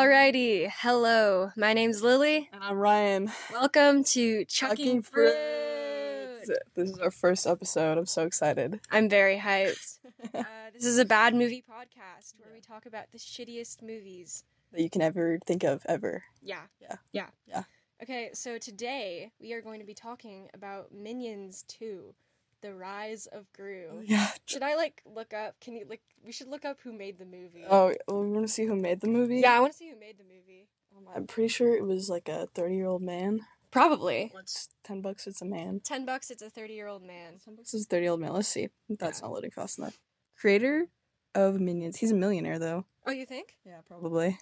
Alrighty, hello. My name's Lily. And I'm Uh, Ryan. Welcome to Chucking Chucking Fruit. This is our first episode. I'm so excited. I'm very hyped. Uh, this is a bad movie podcast where we talk about the shittiest movies. That you can ever think of ever. Yeah. Yeah. Yeah. Yeah. Okay, so today we are going to be talking about Minions 2, The Rise of Gru. Oh, Yeah. Should I like look up? Can you like we should look up who made the movie? Oh, we want to see who made the movie. Yeah, I want to see who made the movie. Oh my. I'm pretty sure it was like a 30 year old man. Probably. What's 10 bucks? It's a man. 10 bucks it's a 30-year-old man. 10 bucks is 30 year old man. Let's see. That's Yeah. not loading fast enough. Creator of Minions. He's a millionaire though. Oh, you think? Yeah, probably.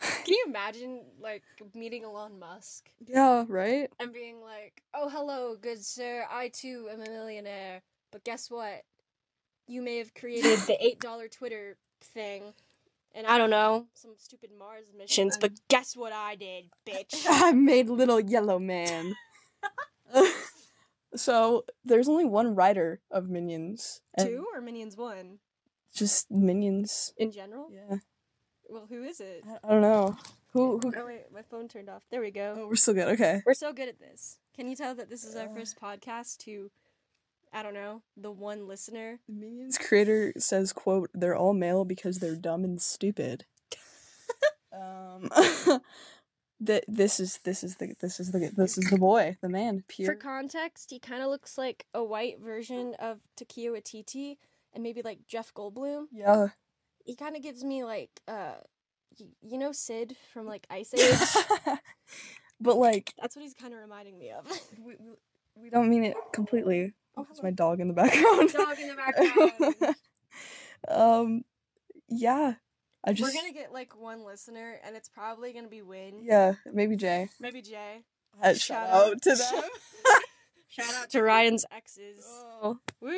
Can you imagine like meeting Elon Musk Yeah, right? and being like, "Oh, hello, good sir. I too am a millionaire, but guess what? You may have created the $8 Twitter thing, and I don't know, some stupid Mars missions, Um, but guess what I did, bitch?" I made little yellow man. so there's only one writer of Minions. and Two or Minions 1 Just Minions. in general? Yeah. Well, who is it? I, I don't know. Who? Who? Oh wait, my phone turned off. There we go. Oh, we're still good. Okay. We're so good at this. Can you tell that this is our Uh. first podcast to I don't know, the one listener? The Minions creator says, "quote They're all male because they're dumb and stupid." um. Th- this is this is the this is the this is the boy the man For Pierre context, he kind of looks like a white version of Takia Waititi and maybe like Jeff Goldblum. yeah He kind of gives me like, uh, y- you know, Sid from like Ice Age. but like That's what he's kind of reminding me of. we, we- we don't mean it completely Oh, it's hello. my dog in the background Dog in the background. um yeah I just We're gonna get like one listener, and it's probably gonna be Win. yeah maybe Jay Maybe Jay. Uh, shout, out, to them. shout- Shout out to Ryan's exes. Oh. Woo!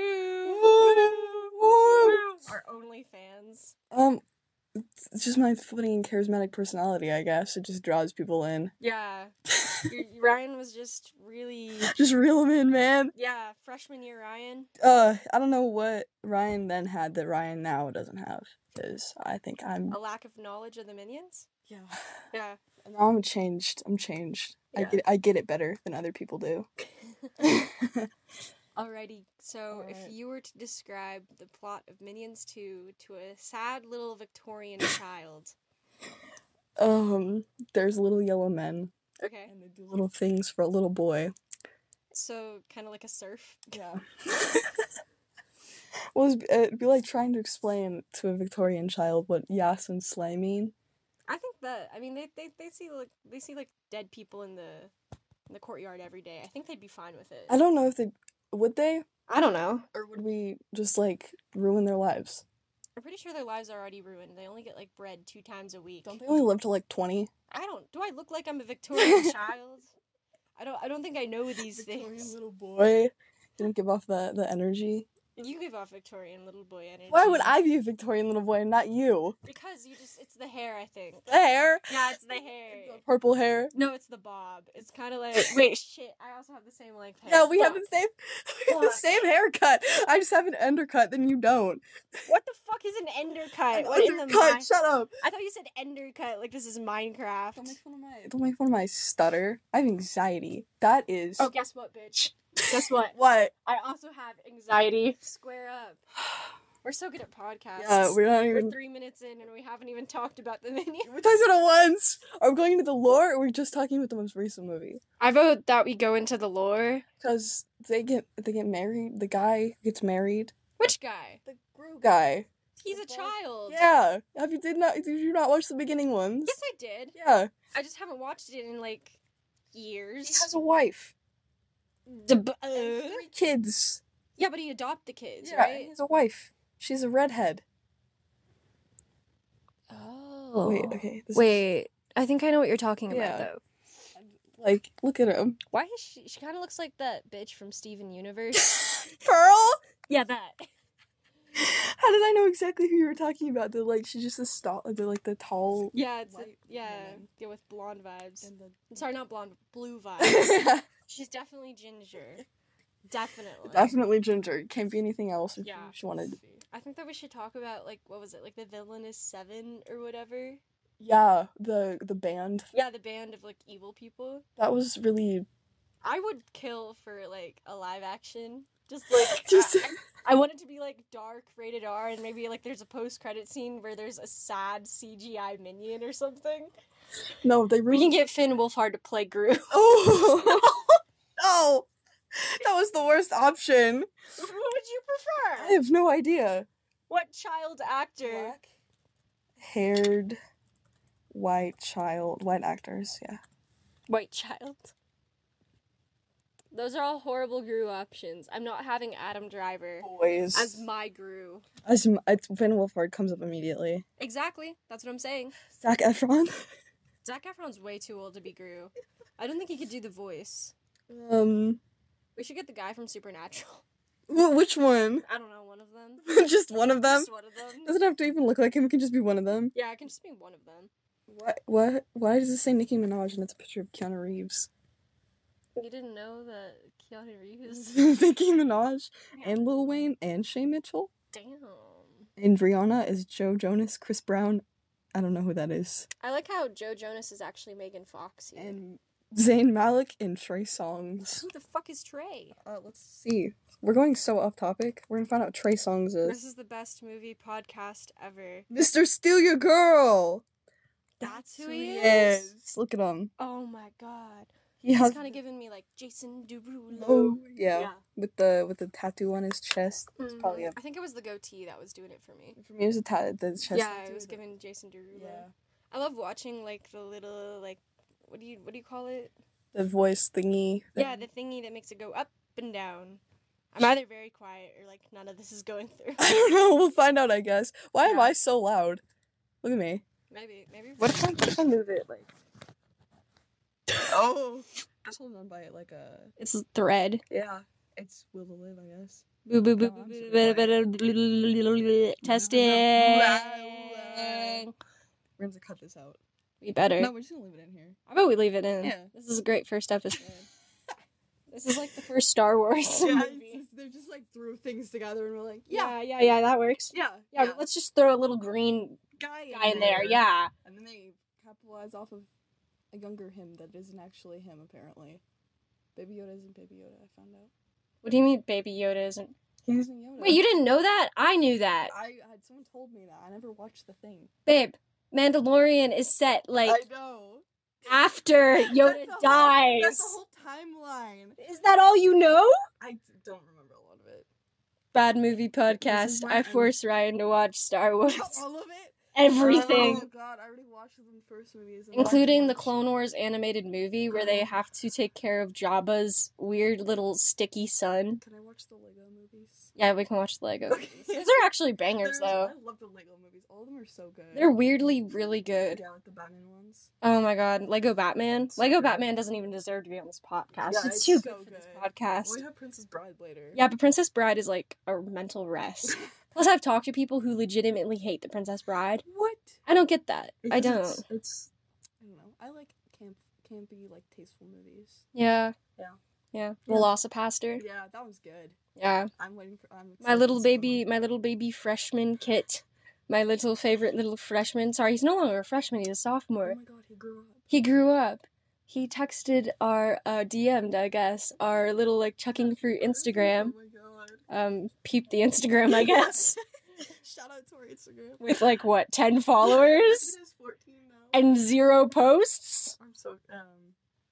Woo! Woo! Our only fans. Um, it's- it's just my funny and charismatic personality, I guess. It just draws people in. Yeah. Your- Ryan was just really Just reel them in, man. Yeah, freshman year Ryan. Uh, I don't know what Ryan then had that Ryan now doesn't have, because I think I'm. A lack of knowledge of the minions. Oh, Yeah. Yeah. Now I'm changed. I'm changed. I Yeah. get I get it better than other people do. Alrighty. So, Alright. if you were to describe the plot of Minions 2 to a sad little Victorian child. um, there's little yellow men, Okay. and they do little things for a little boy. So, kind of like a surf. Yeah. well, it'd be- uh, it'd be like trying to explain to a Victorian child what yas and slay mean. I think that I mean they, they, they see like they see like dead people in the in the courtyard every day. I think they'd be fine with it. I don't know if they would they I don't know. or would we just like ruin their lives. I'm pretty sure their lives are already ruined. They only get like bread two times a week. Don't they only live to like twenty? I don't. Do I look like I'm a Victorian child? I don't. I don't think I know these things. little boy didn't give off the the energy. You give off Victorian little boy energy. Why would I be a Victorian little boy and not you? Because you just—it's the hair, I think. Hair, Yeah, it's the The hair. purple hair. No, it's the bob. It's kind of like wait, shit. I also have the same length hair. Yeah, we have Fuck. the same we have the Fuck. same haircut. I just have an undercut, then you don't. What the fuck is an ender cut? An What in the undercut. mi- Shut up. I thought you said ender cut. Like this is Minecraft. Don't make fun of my don't make fun of my stutter. I have anxiety. That is Oh, guess what, bitch? Guess what? what? I also have anxiety. Square up. We're so good at podcasts. Yeah, we're not We're even three minutes in and we haven't even talked about the minions. we talked about it once. Are we going into the lore or are we just talking about the most recent movie? I vote that we go into the lore. Because they get they get married. The guy gets married. Which guy? The Gru guy. He's a The boy- child. Yeah. Have you did not did you not watch the beginning ones? Yes, I did. Yeah. I just haven't watched it in like He years. has a wife. D- b- and uh? Three kids. Yeah, but he adopted the kids, yeah. and He right? has a wife. She's a redhead. Oh. Wait. Okay. This is- Wait. I think I know what you're talking Yeah. about though. like, look at him. Why is she? She kind of looks like that bitch from Steven Universe. Pearl. yeah, that. How did I know exactly who you were talking about? The like, she's just the tall, the like the tall. Yeah, it's a- White yeah, woman. yeah, with blonde vibes. and Sorry, not blonde, blue vibes. the- She's definitely ginger. Definitely. Definitely ginger. Can't be anything else. If Yeah. She wanted. I think that we should talk about like what was it like the villainous seven or whatever. Yeah, the the band Yeah, the band of like evil people. that was really I would kill for like a live action. Just like I- I want it to be like dark, rated R, and maybe like there's a post credit scene where there's a sad CGI minion or something. no. They We really can get Finn Wolfhard to play Gru. oh no, that was the worst option. Who would you I prefer? have no idea. What child actor? haired white child white actors. Yeah, White child. Those are all horrible Gru options. I'm not having Adam Driver boys. as my Gru. As m- it's Finn Wolfhard comes up immediately. Exactly. That's what I'm saying. Zac Efron. Zac Efron's way too old to be Gru. I don't think he could do the voice. Um, We should get the guy from Supernatural. wh- which one? I don't know, one of them. just one of them. Just one of them. Doesn't have to even look like him. It can just be one of them. Yeah, it can just be one of them. What? What? Why does it say Nicki Minaj and it's a picture of Keanu Reeves? You didn't know that Keanu Reeves. Nicki Minaj and Lil Wayne and Shay Mitchell Damn. and Rihanna is Joe Jonas, Chris Brown. I don't know who that is. I like how Joe Jonas is actually Megan Fox. Here. And Zayn Malik and Trey Songs. who the fuck is Trey? Uh, let's see. We're going so off topic. We're gonna find out Trey Songs This is is the best movie podcast ever. Mr. Steal Your Girl. That's who he is. Look at him. Oh my god. He He's has. kind of giving me like Jason Derulo. Oh yeah. with the with the tattoo on his chest. It's probably Mhm. a, I think it was the goatee that was doing it for me. for me. It was a ta- the chest. yeah, tattoo, it was but- giving Jason Derulo. Yeah. I love watching like the little like what do you what do you call it? The voice thingy. Yeah, the thingy that makes it go up and down. I'm either very quiet or like none of this is going through. I don't know. We'll find out. I guess. Why am Yeah. I so loud? Look at me. Maybe, maybe. What if I, what if I move it like? oh, just hold on by it like a. It's a thread. Yeah, it's will to live. I guess. Boo boo boo No, boo I'm boo boo super quiet. boo boo boo boo testing. We're gonna have to cut this out. We better. No, we're just gonna leave it in here. How about we leave it in? Yeah. This is a great first episode. this is like the first Star Wars Yeah, it's movie. just- they're just like threw things together and we're like, yeah, Yeah, yeah, yeah, that works. yeah, Yeah, but let's just throw a little green guy, guy in there. Yeah. And then they capitalize off of a younger him that isn't actually him, apparently. Baby Yoda isn't Baby Yoda, I found out. What do you mean Baby Yoda isn't? He isn't Yoda. Wait, you didn't know that? I knew that. I had someone told me that. I never watched the thing. Babe, Mandalorian is set like I know. after Yoda That's the whole- dies. that's the whole timeline. Is that all you know? I d- don't remember a lot of it. Bad Movie This is Podcast. where I I'm- force Ryan to watch Star Wars. All of it? Everything. Oh god, I already watched the first movies. and Including the watched- Clone Wars animated movie where they have to take care of Jabba's weird little sticky son. Can I watch the Lego movies? Yeah, we can watch the Lego. Okay. Those are actually bangers, There's- though. I love the Lego movies. All of them are so good. They're weirdly really good. Yeah, like the Batman ones. Oh my god, Lego Batman. So Lego good. Batman doesn't even deserve to be on this podcast. Yeah, it's, it's too so good for this good. podcast. We have Princess Bride later. Yeah, but Princess Bride is like a mental rest. Plus, I've talked to people who legitimately hate the Princess Bride. what? I don't get that. I Because don't. It's, it's I don't know. I like camp campy like tasteful movies. Yeah. Yeah. Yeah. Yeah. Velocipaster. Yeah, that was good. Yeah. I'm waiting for. I'm My little excited for baby, my little baby freshman kit. My little favorite little freshman. Sorry, he's no longer a freshman, he's a someone. sophomore. Oh my god, he grew up. He grew up. He texted our uh, DM'd, I guess, our little like chucking through Instagram. Oh my god. Um, peeped the Instagram, I guess, Shout out to our Instagram. with like what ten It followers is 14 now. and zero posts. I'm so um.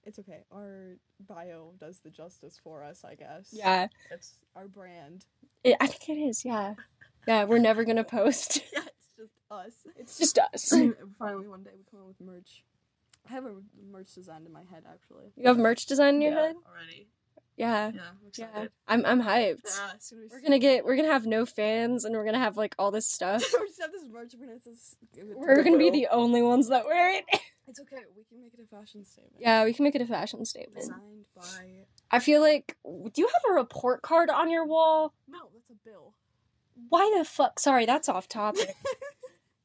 It's okay. Our bio does the justice for us, I guess. Yeah, It's our brand. it, I think it is. Yeah, yeah. We're never gonna post. Yeah, it's just us. It's just us. And finally, one day we come up with merch. I have a merch design in my head, actually. You have merch design in your Yeah, head. already. Yeah, Yeah, I'm yeah. excited. I'm I'm hyped. Yeah, as soon as We're gonna get. We're gonna have no fans, and we're gonna have like all this stuff. we just have this merch. We're gonna have to s- give it to We're gonna be Goodwill. the only ones that wear it. It's okay. We can make it a fashion statement. yeah, we can make it a fashion statement. Designed by. I feel like. Do you have a report card on your wall? No, that's a bill. Why the fuck? Sorry, that's off topic.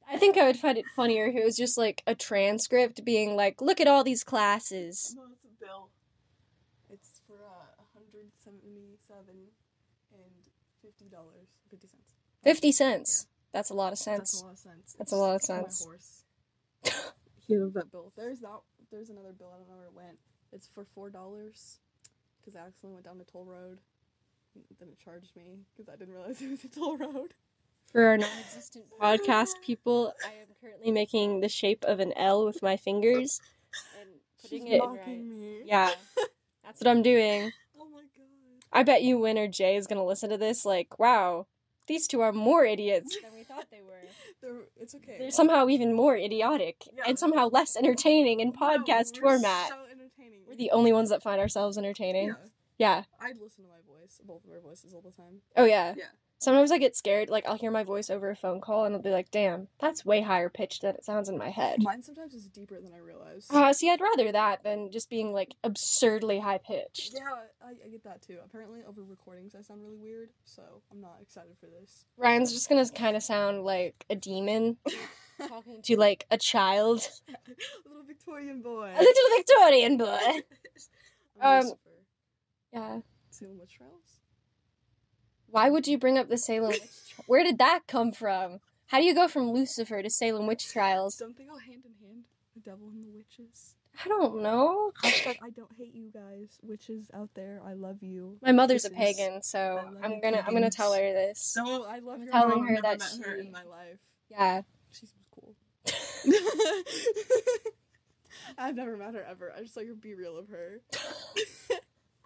I think I would find it funnier if it was just like a transcript being like, look at all these classes. No, it's a bill. It's for uh, 177 and fifty dollars, fifty cents. 50 cents. That's a lot of sense. That's a lot of sense. That's a lot of It's for sense. My horse. Here, that bill. There's that. There's another bill. I don't know where it went. It's for four dollars, because I accidentally went down the toll road. and Then it charged me because I didn't realize it was a toll road. For our non existent podcast people, I am currently making the shape of an L with my fingers and putting She's it mocking right. me. Yeah, that's what I'm doing. Oh my god. I bet you Win or Jay is going to listen to this like, wow, these two are more idiots than we thought they were. They're- it's okay. They're somehow even more idiotic Yeah. and somehow less entertaining in No, podcast we're format. So entertaining. We're the only ones that find ourselves entertaining. Yeah. yeah. I listen to my voice, both of our voices, all the time. Oh yeah. Yeah. Sometimes I get scared, like I'll hear my voice over a phone call and I'll be like, damn, that's way higher pitched than it sounds in my head. Mine sometimes is deeper than I realize. Uh, see, I'd rather that than just being like absurdly high pitched. yeah, I, I get that too. Apparently, over recordings, I sound really weird, so I'm not excited for this. Ryan's just gonna kind of sound like a demon talking to like a child, Little Victorian boy. a little Victorian boy. I'm Um, Lucifer. Yeah. Salem witch trials. Why would you bring up the Salem? Witch tri- Where did that come from? How do you go from Lucifer to Salem witch trials? Something all hand in hand. The devil and the witches. I don't know. Hashtag I don't hate you guys, witches out there. I love you. My mother's a This is- pagan, so love I'm you gonna I'm gonna pagans. tell her this. No, I love your telling mom. her I've never that met her she- in my life. Yeah. She's cool. I've never met her ever. I just like her be real of her.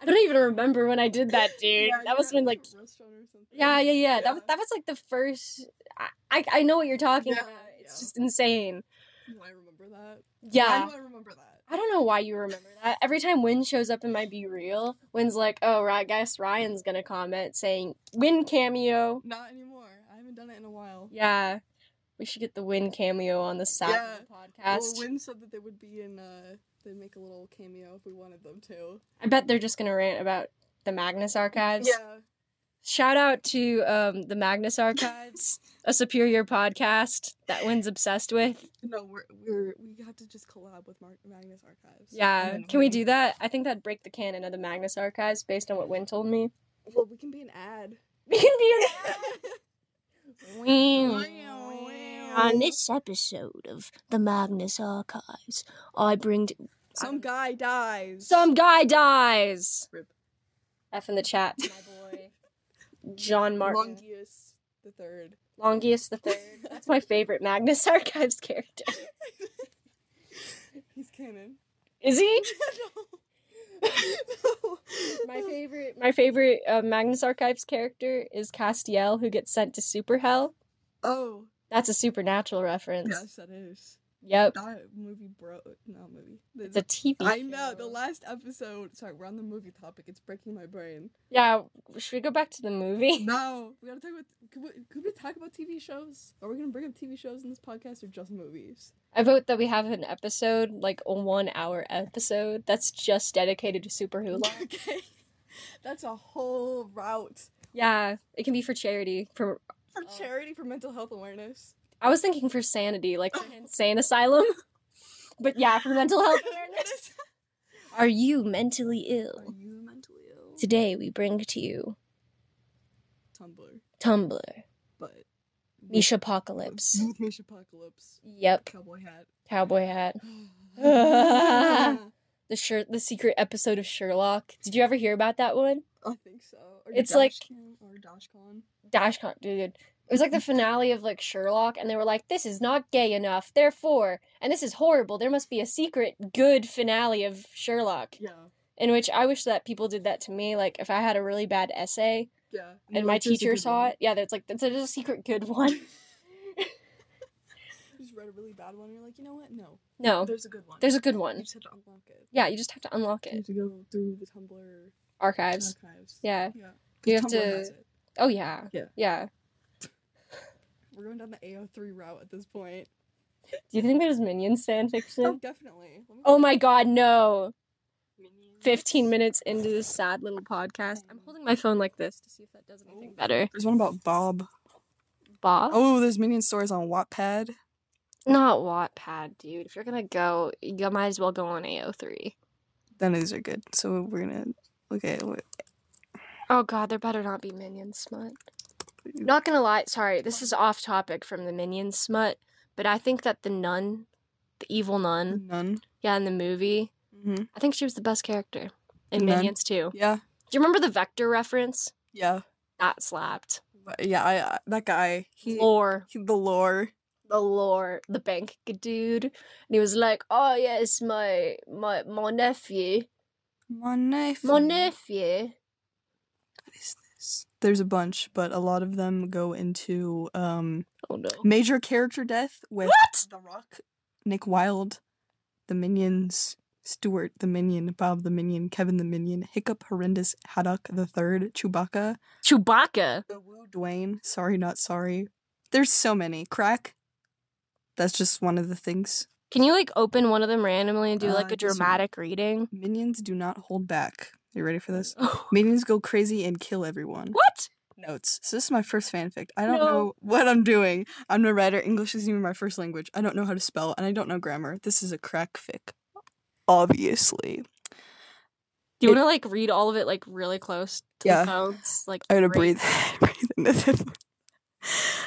I don't even remember when I did that, dude. Yeah, that you was were at, when like a restaurant or something. yeah, yeah, yeah. Yeah. That was that was like the first. I I, I know what you're talking Yeah, about. It's yeah. just insane. No, I remember that. Yeah. Why do I remember that? I don't know why you remember that. Every time Win shows up in my Be Real, Win's like, oh, right, I guess Ryan's gonna comment saying, Win cameo. Not anymore. I haven't done it in a while. Yeah. We should get the Win cameo on the Saturday Yeah. podcast. Well, Wynn said that they would be in. uh They'd make a little cameo if we wanted them to. I bet they're just gonna rant about the Magnus Archives. Yeah. Shout out to um, the Magnus Archives, a superior podcast that Win's obsessed with. No, we're we're we have to just collab with Mar- Magnus Archives. Yeah. Can we do that? I think that'd break the canon of the Magnus Archives based on what Win told me. Well, we can be an ad. We can be an On On this episode of the Magnus Archives, I bring t- Some guy dies. Um, some guy dies. Rip. F in the chat, to my boy, John Martin, Longius the third. Longius the Third. That's my favorite Magnus Archives character. He's canon. Is he? no. My favorite, my favorite uh, Magnus Archives character is Castiel, who gets sent to Super Hell. Oh, That's a supernatural reference. yes, that is. Yep, That movie bro. Not movie. The- it's a TV. I know. The show. last episode. Sorry, we're on the movie topic. It's breaking my brain. Yeah, should we go back to the movie? No, we gotta talk about. Could we, could we talk about TV shows? Are we gonna bring up TV shows in this podcast or just movies? I vote that we have an episode, like a one hour episode, that's just dedicated to Super Hula. okay, that's a whole route yeah, it can be for charity. For for Oh. charity for mental health awareness. I was thinking for sanity, like for insane asylum. But yeah, for mental health awareness. Are you mentally Are ill? you mentally ill? Today we bring to you Tumblr, Tumblr, but Misha Apocalypse. With Misha Apocalypse, Yep, cowboy hat. cowboy hat. I The shirt, the secret episode of Sherlock. Did you ever hear about that one? think so. Or It's like- Dashcam or Dashcon. Dashcon, dude. It was like the finale of like Sherlock, and they were like, "This is not gay enough, therefore, and this is horrible. There must be a secret good finale of Sherlock." Yeah, In which I wish that people did that to me. Like if I had a really bad essay yeah. and my teacher saw it, yeah, that's like that's a, just a secret good one. You just read a really bad one. And you're like, you know what? No, No, there's a good one. there's a good You one. just have to unlock it. Yeah, you just have to unlock You have it. to go through the Tumblr Archives. archives. Yeah. Yeah. You have Tumblr to- has it. Oh yeah. Yeah. Yeah. We're going down the AO3 route at this point. Do you think there's Minions fan Oh, fiction? definitely. Let me Oh go- my God, no. Minions. 15 minutes into this sad little podcast. I'm holding my phone like this to see if that does anything Ooh. better. There's one about Bob. Bob? Oh, there's Minion stories on Wattpad. Not Wattpad, dude. If you're gonna go, you might as well go on AO3. None of these are good. So we're gonna. Okay, wait. Oh god, there better not be minion smut. Not gonna lie, sorry, this is off topic from the minion smut, but I think that the nun the evil nun. None. Yeah, in the movie. Mm-hmm. I think she was the best character in Nun. Minions too. Yeah. Do you remember the vector reference? Yeah. That slapped. But yeah, I, I that guy. He, Lore. he- the lore. the lore, the bank dude, and he was like, "Oh yeah, it's my my my nephew, My knife. my nephew." What is this? There's a bunch, but a lot of them go into um Oh no! major character death with What? The Rock, Nick Wilde, the Minions, Stuart the Minion, Bob the Minion, Kevin the Minion, Hiccup, Horrendous, Haddock the Third, Chewbacca, Chewbacca. The Woo Dwayne, Sorry Not Sorry. There's so many. Crack. That's just one of the things. Can you like open one of them randomly and do Uh, like a just- dramatic reading? Minions do not hold back. You ready for this? what? Minions go crazy and kill everyone. Notes. So this is my first fanfic. I don't No. know what I'm doing. I'm no writer. English isn't even my first language. I don't know how to spell and I don't know grammar. This is a crack fic. Obviously. Do you want to like read all of it like really close to Yeah. the phones? Like I gotta right- breathe. breathe into this.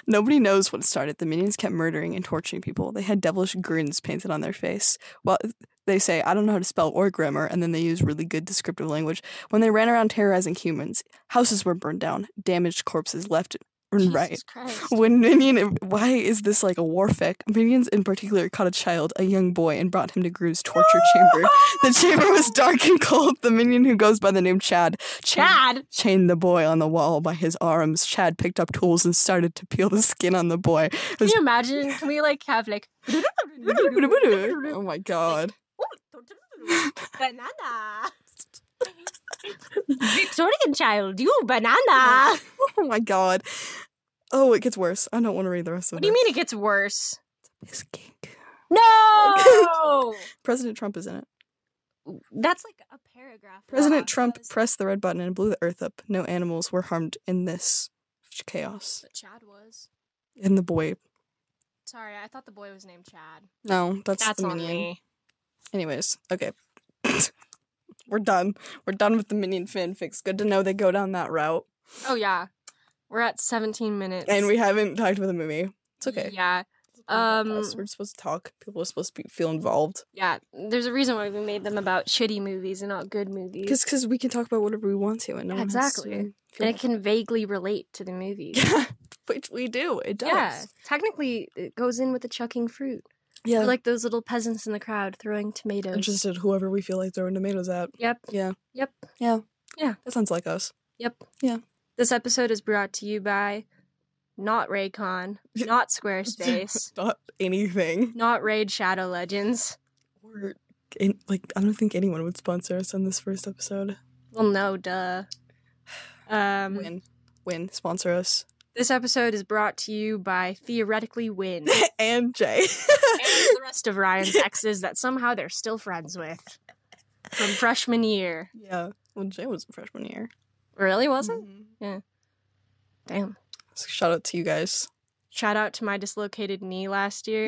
Nobody knows what started. The minions kept murdering and torturing people. They had devilish grins painted on their face. Well, they say, I don't know how to spell or grammar, and then they use really good descriptive language. When they ran around terrorizing humans, houses were burned down, damaged corpses left and Jesus right. Christ. When Minion, why is this like a war fic? Minions in particular caught a child, a young boy, and brought him to Gru's torture chamber. The chamber was dark and cold. The minion who goes by the name Chad. chained- Chad. chained the boy on the wall by his arms. Chad picked up tools and started to peel the skin on the boy. Can you imagine? Can we like have like? oh my god. banana. Victorian child, you banana. Oh my god. Oh, it gets worse. I don't want to read the rest of What do you mean it gets worse? mean? It's kink. No, President Trump is in it. that's like a paragraph. Uh, President Trump pressed the red button and blew the earth up. No animals were harmed in this chaos. But Chad was. And the boy. Sorry, I thought the boy was named Chad. No, that's, That's the on minion. me. Anyways, okay. We're done. We're done with the minion fanfics. Good to know they go down that route. Oh yeah, we're at 17 minutes, And we haven't talked about the movie. It's okay. Yeah, It's a podcast. um, we're supposed to talk. People are supposed to be, feel involved. yeah. There's a reason why we made them about shitty movies and not good movies. Because we can talk about whatever we want to, and no Yeah, one has exactly. to feel- and it can vaguely relate to the movie. Yeah, which we do. It does. Yeah, technically, it goes in with the chucking fruit. yeah. We're like those little peasants in the crowd throwing tomatoes. interested whoever we feel like throwing tomatoes at. Yep. Yeah. Yep. That sounds like us. Yep. Yeah. This episode is brought to you by not Raycon, not Squarespace, Not anything. not Raid Shadow Legends. We're in, like I don't think anyone would sponsor us on this first episode. Well, no, duh. Um, Win, win, sponsor us. this episode is brought to you by Theoretically Win and and Jay. the rest of Ryan's exes that somehow they're still friends with from freshman year. yeah. Well, Jay was a freshman year. Really, was it? Mhm. Mm. Damn. So shout out to you guys. Shout out to my dislocated knee last year.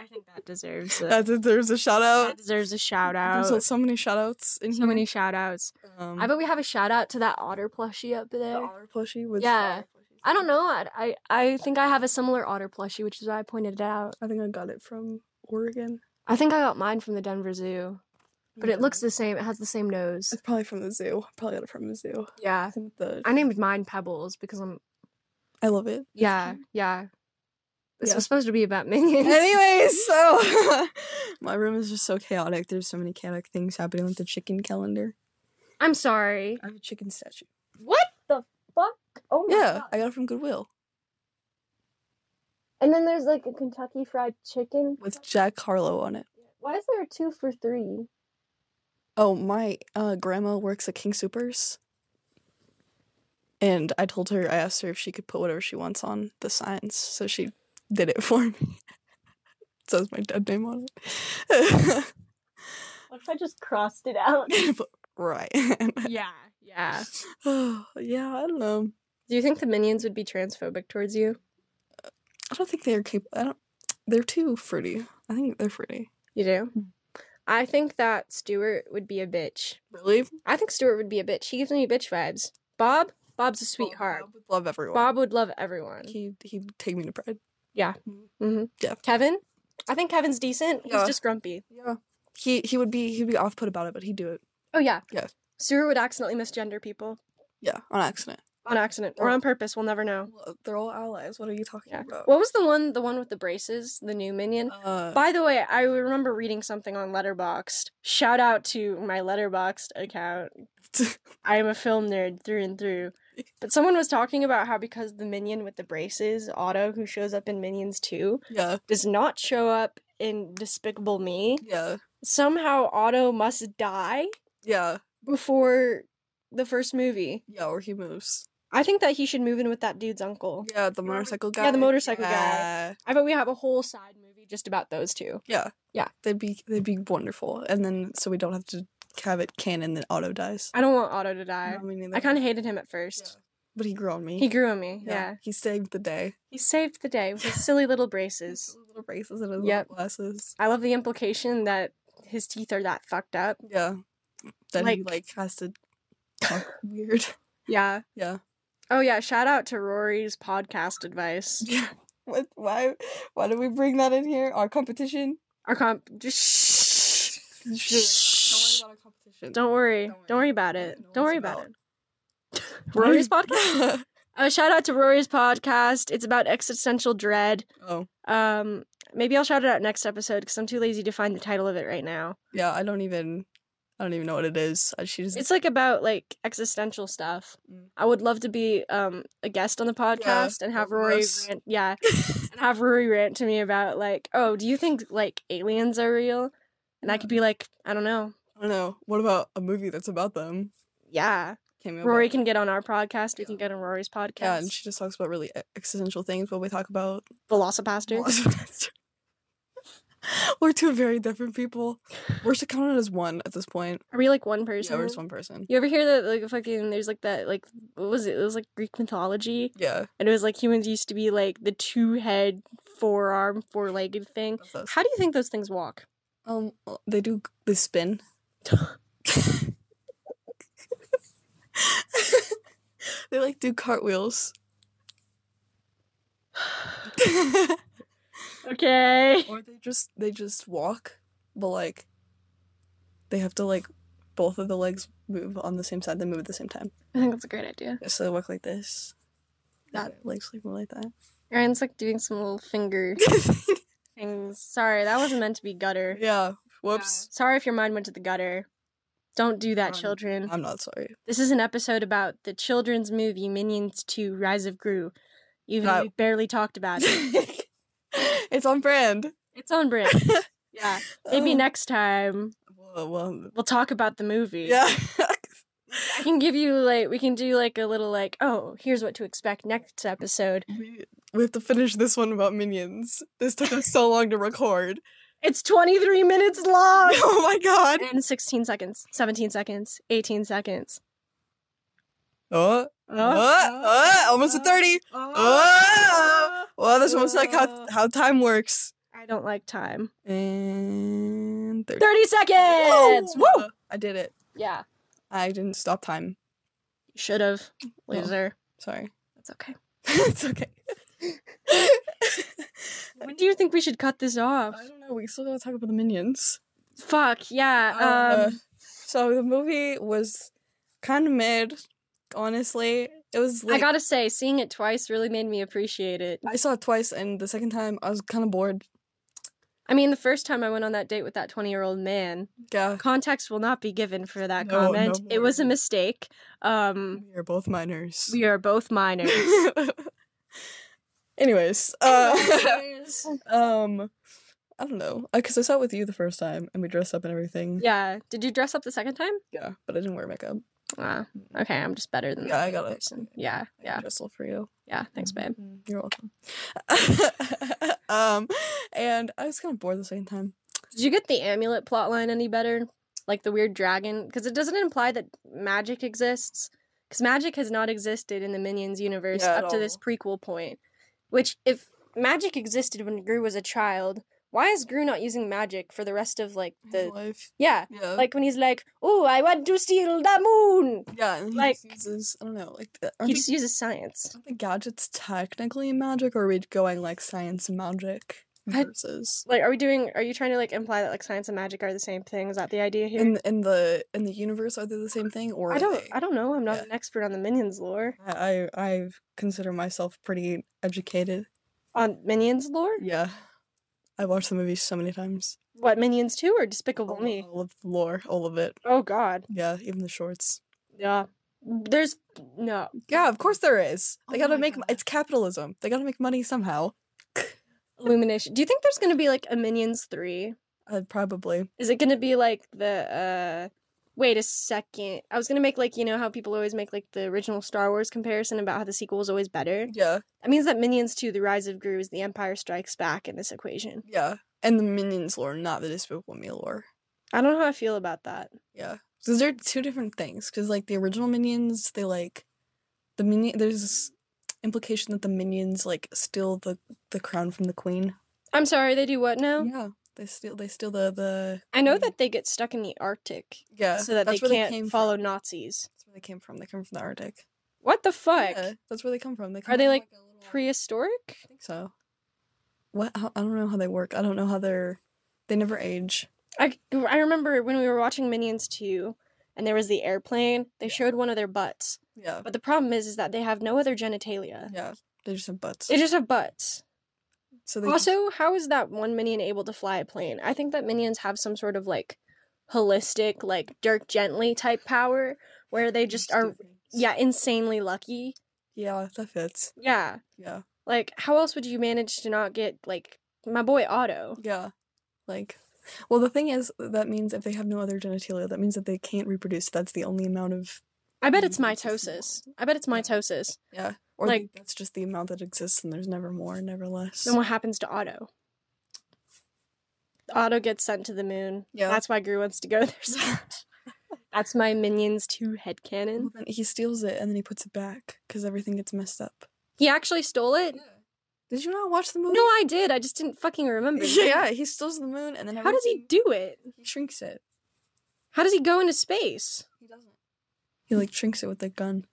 I think that deserves it. That deserves a shout That out. deserves a shout out. There's so many shout outs in So here. many shout outs. Um, I bet we have a shout out to that otter plushie up the there. otter plushie with Yeah. I don't know. I, I I think I have a similar otter plushie, which is why I pointed it out. I think I got it from Oregon. I think I got mine from the Denver Zoo, but it looks the same. It has the same nose. Um, It's probably from the zoo. I probably got it from the zoo. I Yeah, think the I named mine Pebbles because I'm. I love it. It's Yeah, cute. yeah. This Yeah. was supposed to be about minions. Anyways, so my room is just so chaotic. There's so many chaotic things happening with the chicken calendar. I'm sorry. I have a chicken statue. What the fuck? Oh my Yeah, god! I got it from Goodwill And then there's like a Kentucky Fried Chicken. with Jack Harlow on it. Why is there a two for three? Oh, my uh, grandma works at King Supers. And I told her, I asked her if she could put whatever she wants on the signs. So she did it for me. so it's my dead name on it. What if I just crossed it out? But- right. yeah, yeah. yeah, I don't know. Do you think the minions would be transphobic towards you? I don't think they're capable. I don't. They're too fruity. I think they're fruity. You do? Mm. I think that Stuart would be a bitch. Really? I think Stuart would be a bitch. He gives me bitch vibes. Bob, Bob's a sweetheart. Bob would love everyone. Bob would love everyone. He he'd take me to pride. Yeah. Mhm. hmm Yeah. Kevin, I think Kevin's decent. Yeah. He's just grumpy. Yeah. He he would be he'd be off put about it, but he'd do it. Oh yeah. Yeah. Sewer would accidentally misgender people Yeah, on accident. on accident or Oh. on purpose. We'll never know. They're all allies. What are you talking Yeah. about? What was the one? The one with the braces? The new minion. uh, By the way, I remember reading something on Letterboxd. Shout out to my Letterboxd account. I am a film nerd through and through. But someone was talking about how because the minion with the braces, Otto, who shows up in Minions 2, yeah, does not show up in Despicable Me, yeah, somehow Otto must die yeah, before the first movie. yeah. Or he moves. I think that he should move in with that dude's uncle. Yeah, the remember- motorcycle guy. yeah, the motorcycle guy. yeah. I bet we have a whole side movie just about those two. Yeah, Yeah. They'd be they'd be wonderful, and then so we don't have to have it canon that Otto dies. I don't want Otto to die. No, me neither. I kind of hated him at first. Yeah. But he grew on me. He grew on me. Yeah. He saved the day. He saved the day with his silly little braces. His little braces and his Yep. little glasses. I love the implication that his teeth are that fucked up. Yeah. Then he Like- like has to talk weird. Yeah. Yeah. Oh yeah, shout out to Rory's podcast advice. Yeah. What why why did we bring that in here? Our competition? Our comp just Shh. Don't worry about our competition. Don't worry. Don't worry. Don't worry about it. Don't know Don't what worry about it's about. it. Rory's podcast? Oh, shout out to Rory's podcast. It's about existential dread. oh. Um maybe I'll shout it out next episode cuz I'm too lazy to find the title of it right now. Yeah, I don't even I don't even know what it is. I she just It's like about like existential stuff. Mm. I would love to be um a guest on the podcast and have one of Rory us. rant, yeah, and have Rory rant to me about like, "Oh, do you think like aliens are real?" And I could be like, "I don't know." I don't know. What about a movie that's about them? Yeah. Came up Rory with- can get on our podcast. We Yeah. can get on Rory's podcast. Yeah, and she just talks about really e- existential things while we talk about Velocipaster. Velociraptor. We're two very different people. We're just counted as one at this point. Are we like one Yeah, person? we're just one person. You ever hear that like fucking there's like that like what was it? It was like Greek mythology. Yeah, And it was like humans used to be like the two head, four arm, four legged thing. that's us. How do you think those things walk? Um, well, they do they spin. they like do cartwheels. Okay. or they just they just walk, but like they have to like both of the legs move on the same side. They move at the same time. I think that's a great idea. So they walk like this. That- Their legs like more like that. Ryan's like doing some little finger things. Sorry, that wasn't meant to be gutter. yeah. Whoops. Sorry if your mind went to the gutter. Don't do that, Um, children. I'm not sorry. This is an episode about the children's movie Minions 2 Rise of Gru. Even though No. we barely talked about it. it's on brand. It's on brand. yeah. Maybe Oh. next time Well, well, we'll talk about the movie. yeah. I can give you like we can do like a little like, oh, here's what to expect next episode. we, we have to finish this one about minions. This took us so long to record. It's 23 minutes long. Oh my god. and 16 seconds, 17 seconds, 18 seconds. Oh, Uh, oh, oh, almost a thirty. Oh, well, this one's like how how time works. I don't like time. And thirty. 30 seconds. Woo! Woo! I did it. Yeah. I didn't stop time. Should have. Well. Loser. Sorry. That's okay. it's okay. When do you think we should cut this off? I don't know. We still gotta talk about the minions. Fuck, yeah. Uh, um, so the movie was kind of mid, honestly. It was like I gotta say, seeing it twice really made me appreciate it. I saw it twice, and the second time I was kind of bored. I mean, the first time I went on that date with that 20 year old man, Yeah, context will not be given for that No, no comment. it more. was a mistake. Um, we are both minors. we are both minors. Anyways, uh, Anyways. um, I don't know, because I saw it with you the first time, and we dressed up and everything. Yeah. Did you dress up the second time? yeah, but I didn't wear makeup. Ah, okay. I'm just better than Yeah, that I got other it. person. Yeah, I yeah, dressed up for you. yeah. Thanks, babe. Mm, You're welcome. um, and I was kind of bored the second time. Did you get the amulet plotline any better? Like the weird dragon, because it doesn't imply that magic exists. Because magic has not existed in the Minions universe Yeah, at up to this all. prequel point. Which, if magic existed when Gru was a child, why is Gru not using magic for the rest of like His the life. yeah? Yeah. Like when he's like, "Oh, I want to steal the moon," Yeah, and he Like- just uses I don't know, like the, he aren't, just the, uses science. aren't the gadgets technically magic, or are we going like science and magic? I- versus Like, are we doing? Are you trying to like imply that like science and magic are the same thing? Is that the idea here? in in the in the universe are they the same thing or I are don't. they- I don't know. I'm not Yeah. an expert on the Minions lore. I I I consider myself pretty educated. On Minions lore? Yeah, I watched the movie so many times. What Minions Two or Despicable All, Me? all of the lore, all of it. Oh God. Yeah, even the shorts. Yeah. There's no. Yeah, of course there is. They Oh gotta my make God. it's capitalism. They gotta make money somehow. Illumination. Do you think there's gonna be like a Minions Three? Uh, probably. Is it gonna be like the uh wait a second. I was gonna make like you know how people always make like the original Star Wars comparison about how the sequel is always better. Yeah, That means that Minions 2, The Rise of Gru, is the Empire Strikes Back in this equation. yeah. And the minions lore, not the Despicable Me lore. I don't know how I feel about that. Yeah, because they're two different things. Because like the original minions, they like the minion. There's this implication that the minions like steal the the crown from the queen. I'm sorry, they do what now? Yeah, they steal they steal the the. I know Mhm. that they get stuck in the Arctic Yeah, so that they that's where can't came follow From. Nazis. That's where they came from. They come from the Arctic. What the fuck? Yeah, that's where they come from. They come Are they, from, like, a little- Prehistoric? I think so. What I I don't know how they work. I don't know how they're. They never age. I, I remember when we were watching Minions 2 and there was the airplane, they Yeah. showed one of their butts. Yeah, But the problem is, is that they have no other genitalia. yeah. They just have butts. They just have butts. so they just- Also, how is that one minion able to fly a plane? I think that minions have some sort of like holistic, like Dirk Gently type power where they just are, yeah, insanely lucky. Yeah, that fits. Yeah. Yeah, Like, how else would you manage to not get like my boy Otto? yeah. Like, well, the thing is, that means if they have no other genitalia, that means that they can't reproduce. That's the only amount of, I bet it's Mhm, it's just mitosis. I bet it's mitosis. yeah. Or Like- like, that's just the amount that exists, and there's never more, never less. Then what happens to Otto? Otto gets sent to the moon. Yeah. That's why Gru wants to go there so much. That's my minions two headcanon. Well, then he steals it and then he puts it back because everything gets messed up. He actually stole it? Did you not watch the movie? No, I did. I just didn't fucking remember. yeah, he steals the moon and then How does he everything- do it? He shrinks it. How does he go into space? He doesn't. He like shrinks it with a gun.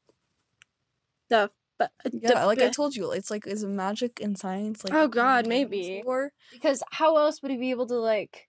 The but uh, Yeah, like I told you, it's like is magic and science like Oh, God, maybe. or because how else would he be able to like,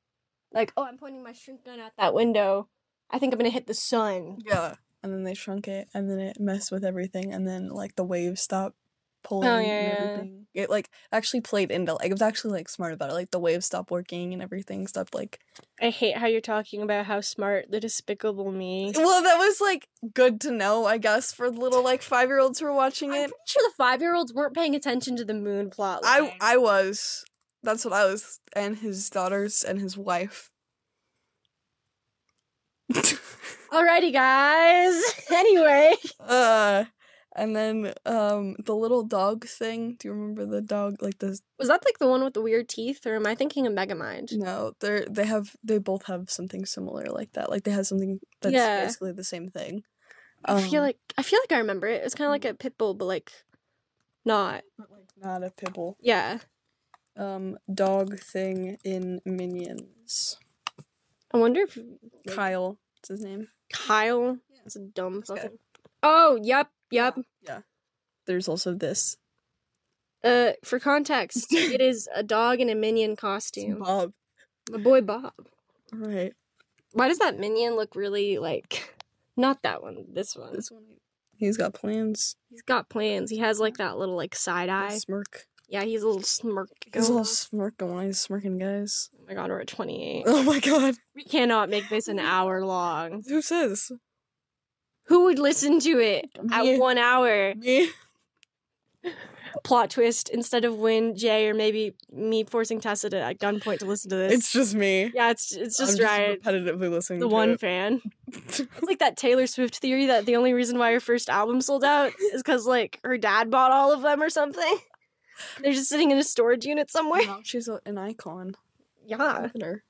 like oh, I'm pointing my shrink gun at that window. I think I'm gonna hit the sun. Yeah. And then they shrunk it, and then it messed with everything, and then like the waves stopped pulling Oh, yeah, and yeah, yeah. everything. It like actually played into like it was actually like smart about it. Like the waves stopped working and everything stopped like. I hate how you're talking about how smart the Despicable Me. Well, that was like good to know, I guess, for little like five year olds who are watching I'm it. pretty sure the five year olds weren't paying attention to the moon plot. I line. I was. That's what I was, and his daughters and his wife. Alrighty, guys. anyway, uh, and then um the little dog thing. Do you remember the dog like the was that like the one with the weird teeth, or am I thinking of Megamind? No, they're they have they both have something similar like that. Like they have something that's Yeah. basically the same thing. I feel Um, like I feel like I remember it. It's kind of like a pit bull, but like not. but like not a pibble. Yeah, Um, dog thing in Minions. I wonder if Like- Kyle, what's his name? Kyle. Yeah. It's a dumb That's good. fucking. Oh, yep, yep. There's also this Uh, for context, it is a dog in a minion costume. Bob. My boy Bob. Right. Why does that minion look really like? Not that one. This one. This one. He's got plans. He's got plans. He has like that little like side Little eye. Smirk. Yeah, he's a little smirk. He's a going little on. smirk going on. He's smirking, guys. Oh my god, we're at twenty eight. Oh my god. We cannot make this an hour long. Who says? Who would listen to it Me. at one hour? Me. Plot twist instead of Win, Jay, or maybe me forcing Tessa to at gunpoint to listen to this. It's just me. yeah, it's it's I'm just right. repetitively listening The to one it. fan. It's like that Taylor Swift theory that the only reason why her first album sold out is because like her dad bought all of them or something. They're just sitting in a storage unit somewhere. Now she's a, an icon. Yeah. Look at her.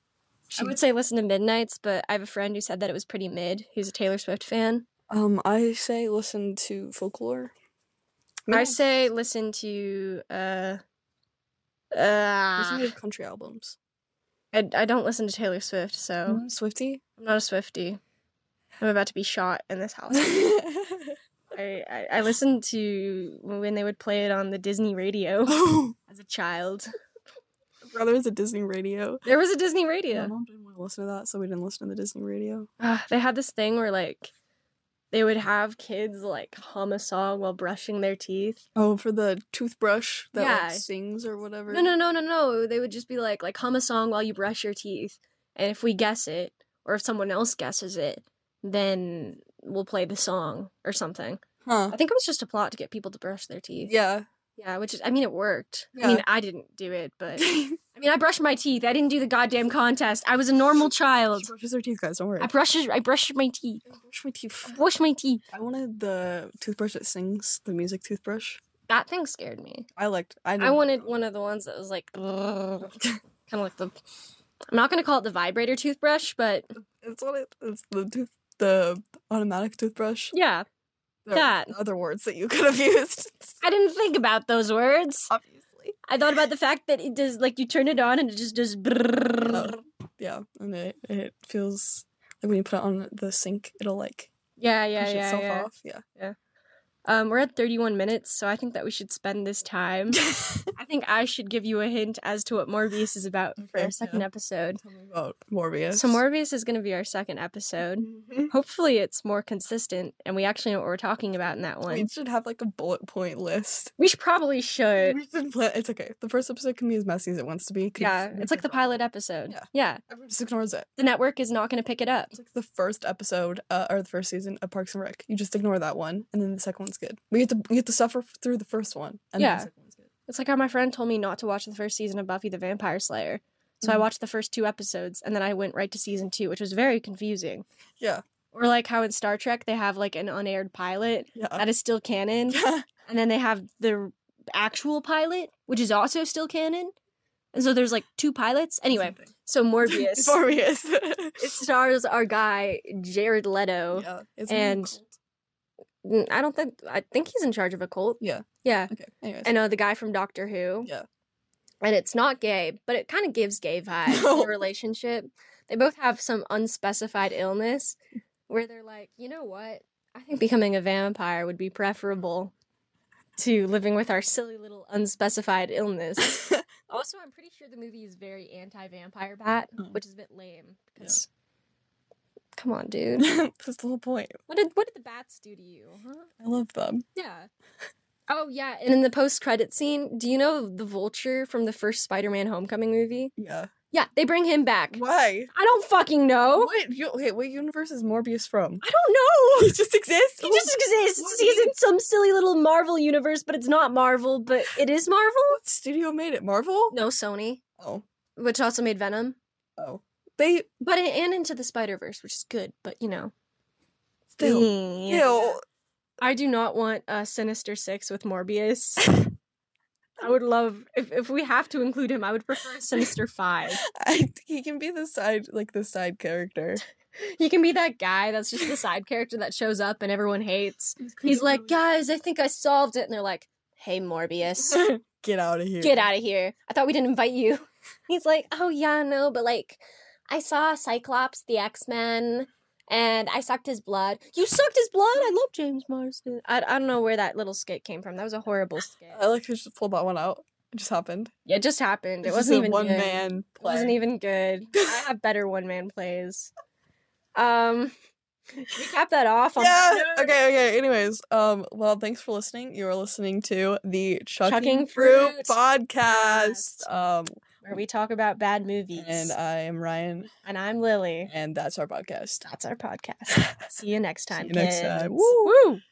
I would say listen to Midnight's, but I have a friend who said that it was pretty mid. Who's a Taylor Swift fan. Um, I say listen to folklore. I say listen to uh listen uh to country albums. I, I don't listen to Taylor Swift, so Mm-hmm. Swifty. I'm not a Swifty. I'm about to be shot in this house. oh, I, I, I listened Oh. to when they would play it on the Disney radio as a child. Brother is a Disney radio. There was a Disney radio. My mom didn't want to listen to that, so we didn't listen to the Disney radio. Ah, they had this thing where like they would have kids like hum a song while brushing their teeth. Oh, for the toothbrush that Yeah. like sings or whatever. No, no, no, no, no. They would just be like, like hum a song while you brush your teeth, and if we guess it, or if someone else guesses it, then we'll play the song or something. Huh. I think it was just a plot to get people to brush their teeth. Yeah. yeah. Which is, I mean, it worked. Yeah. I mean, I didn't do it, but I mean, I brushed my teeth. I didn't do the goddamn contest. I was a normal She child. brushes her teeth, guys. Don't worry. I brushed, I brushed my teeth. brush my teeth. Brush my teeth. I wanted the toothbrush that sings, the music toothbrush. That thing scared me. I liked. I, I wanted one of the ones that was like, kind of like the. I'm not gonna call it the vibrator toothbrush, but It's what it. It's the tooth, the automatic toothbrush. yeah, There are that. Other words that you could have used. I didn't think about those words. Obviously. I thought about the fact that it does like you turn it on and it just does. brrrr. Yeah, and it it feels like when you put it on the sink, it'll like Yeah, yeah, push yeah, itself yeah. off. Yeah. Um, we're at 31 minutes, so I think that we should spend this time. I think I should give you a hint as to what Morbius is about for Okay, our second yeah. episode. Tell me about Morbius. So Morbius is going to be our second episode. Mhm. Hopefully, it's more consistent and we actually know what we're talking about in that one. We should have like a bullet point list. We should probably should. We should plan- It's okay. The first episode can be as messy as it wants to be. 'cause Yeah, we it's like just the don't- pilot episode. Yeah. Yeah, Everyone just ignores it. the network is not going to pick it up. It's like the first episode uh, or the first season of Parks and Rec. You just ignore that one, and then the second one's good. We get to we get to suffer f- through the first one, and Yeah. then the second one's good. It's like how my friend told me not to watch the first season of Buffy the Vampire Slayer. So I Mhm. watched the first two episodes and then I went right to season two, which was very confusing. Yeah. Or like how in Star Trek they have like an unaired pilot Yeah. that is still canon, Uh. Yeah. and then they have the actual pilot, which is also still canon. And so there's like two pilots. Anyway, Something. so Morbius. Morbius. it stars our guy, Jared Leto. yeah. It's and- Mm, I don't think I think he's in charge of a cult. Yeah. Yeah. okay. Anyways. I know the guy from Doctor Who. Yeah. And it's not gay, but it kind of gives gay vibes No. the relationship. They both have some unspecified illness where they're like, you know what? I think becoming a vampire would be preferable to living with our silly little unspecified illness. also, I'm pretty sure the movie is very anti-vampire bat, Mm. which is a bit lame Yeah. because Come on, dude. That's the whole point. What did what did the bats do to you? Huh? I love them. Yeah. Oh yeah, and in the post-credit scene, do you know the vulture from the first Spider-Man Homecoming movie? Yeah. Yeah, they bring him back. Why? I don't fucking know. What? You, okay, what universe is Morbius from? I don't know. He just exists. Oh. He just exists. what He's do you- in some silly little Marvel universe, but it's not Marvel, but it is Marvel. What studio made it? Marvel? No, Sony, Oh. which also made Venom, Oh. They but and into the Spider-Verse, which is good, but you know. still. Mm, yeah. Still. I do not want a Sinister Six with Morbius. I would love if, if we have to include him. I would prefer a Sinister Five. I, he can be the side, like the side character. He can be that guy that's just the side character that shows up and everyone hates. He's like, guys, I think I solved it, and they're like, Hey, Morbius, get out of here. get out of here! I thought we didn't invite you. He's like, Oh yeah, no, but like, I saw Cyclops, the X Men, and I sucked his blood. You sucked his blood. I love James Marsden. I, I don't know where that little skit came from. That was a horrible skit. I like how she just pulled that one out. It just happened. Yeah, it just happened. It Oh. This is wasn't a even one good. man It play. wasn't even good. I have better one man plays. Um, should we cap that off? on yeah. that note? Okay. Okay. Anyways, um. Well, thanks for listening. You are listening to the Chucking, Chucking Fruit, Fruit podcast. Um. Where we talk about bad movies. And I am Ryan, uh, And I'm Lily. and that's our podcast. That's our podcast. See you next time. you next kids. time. Woo.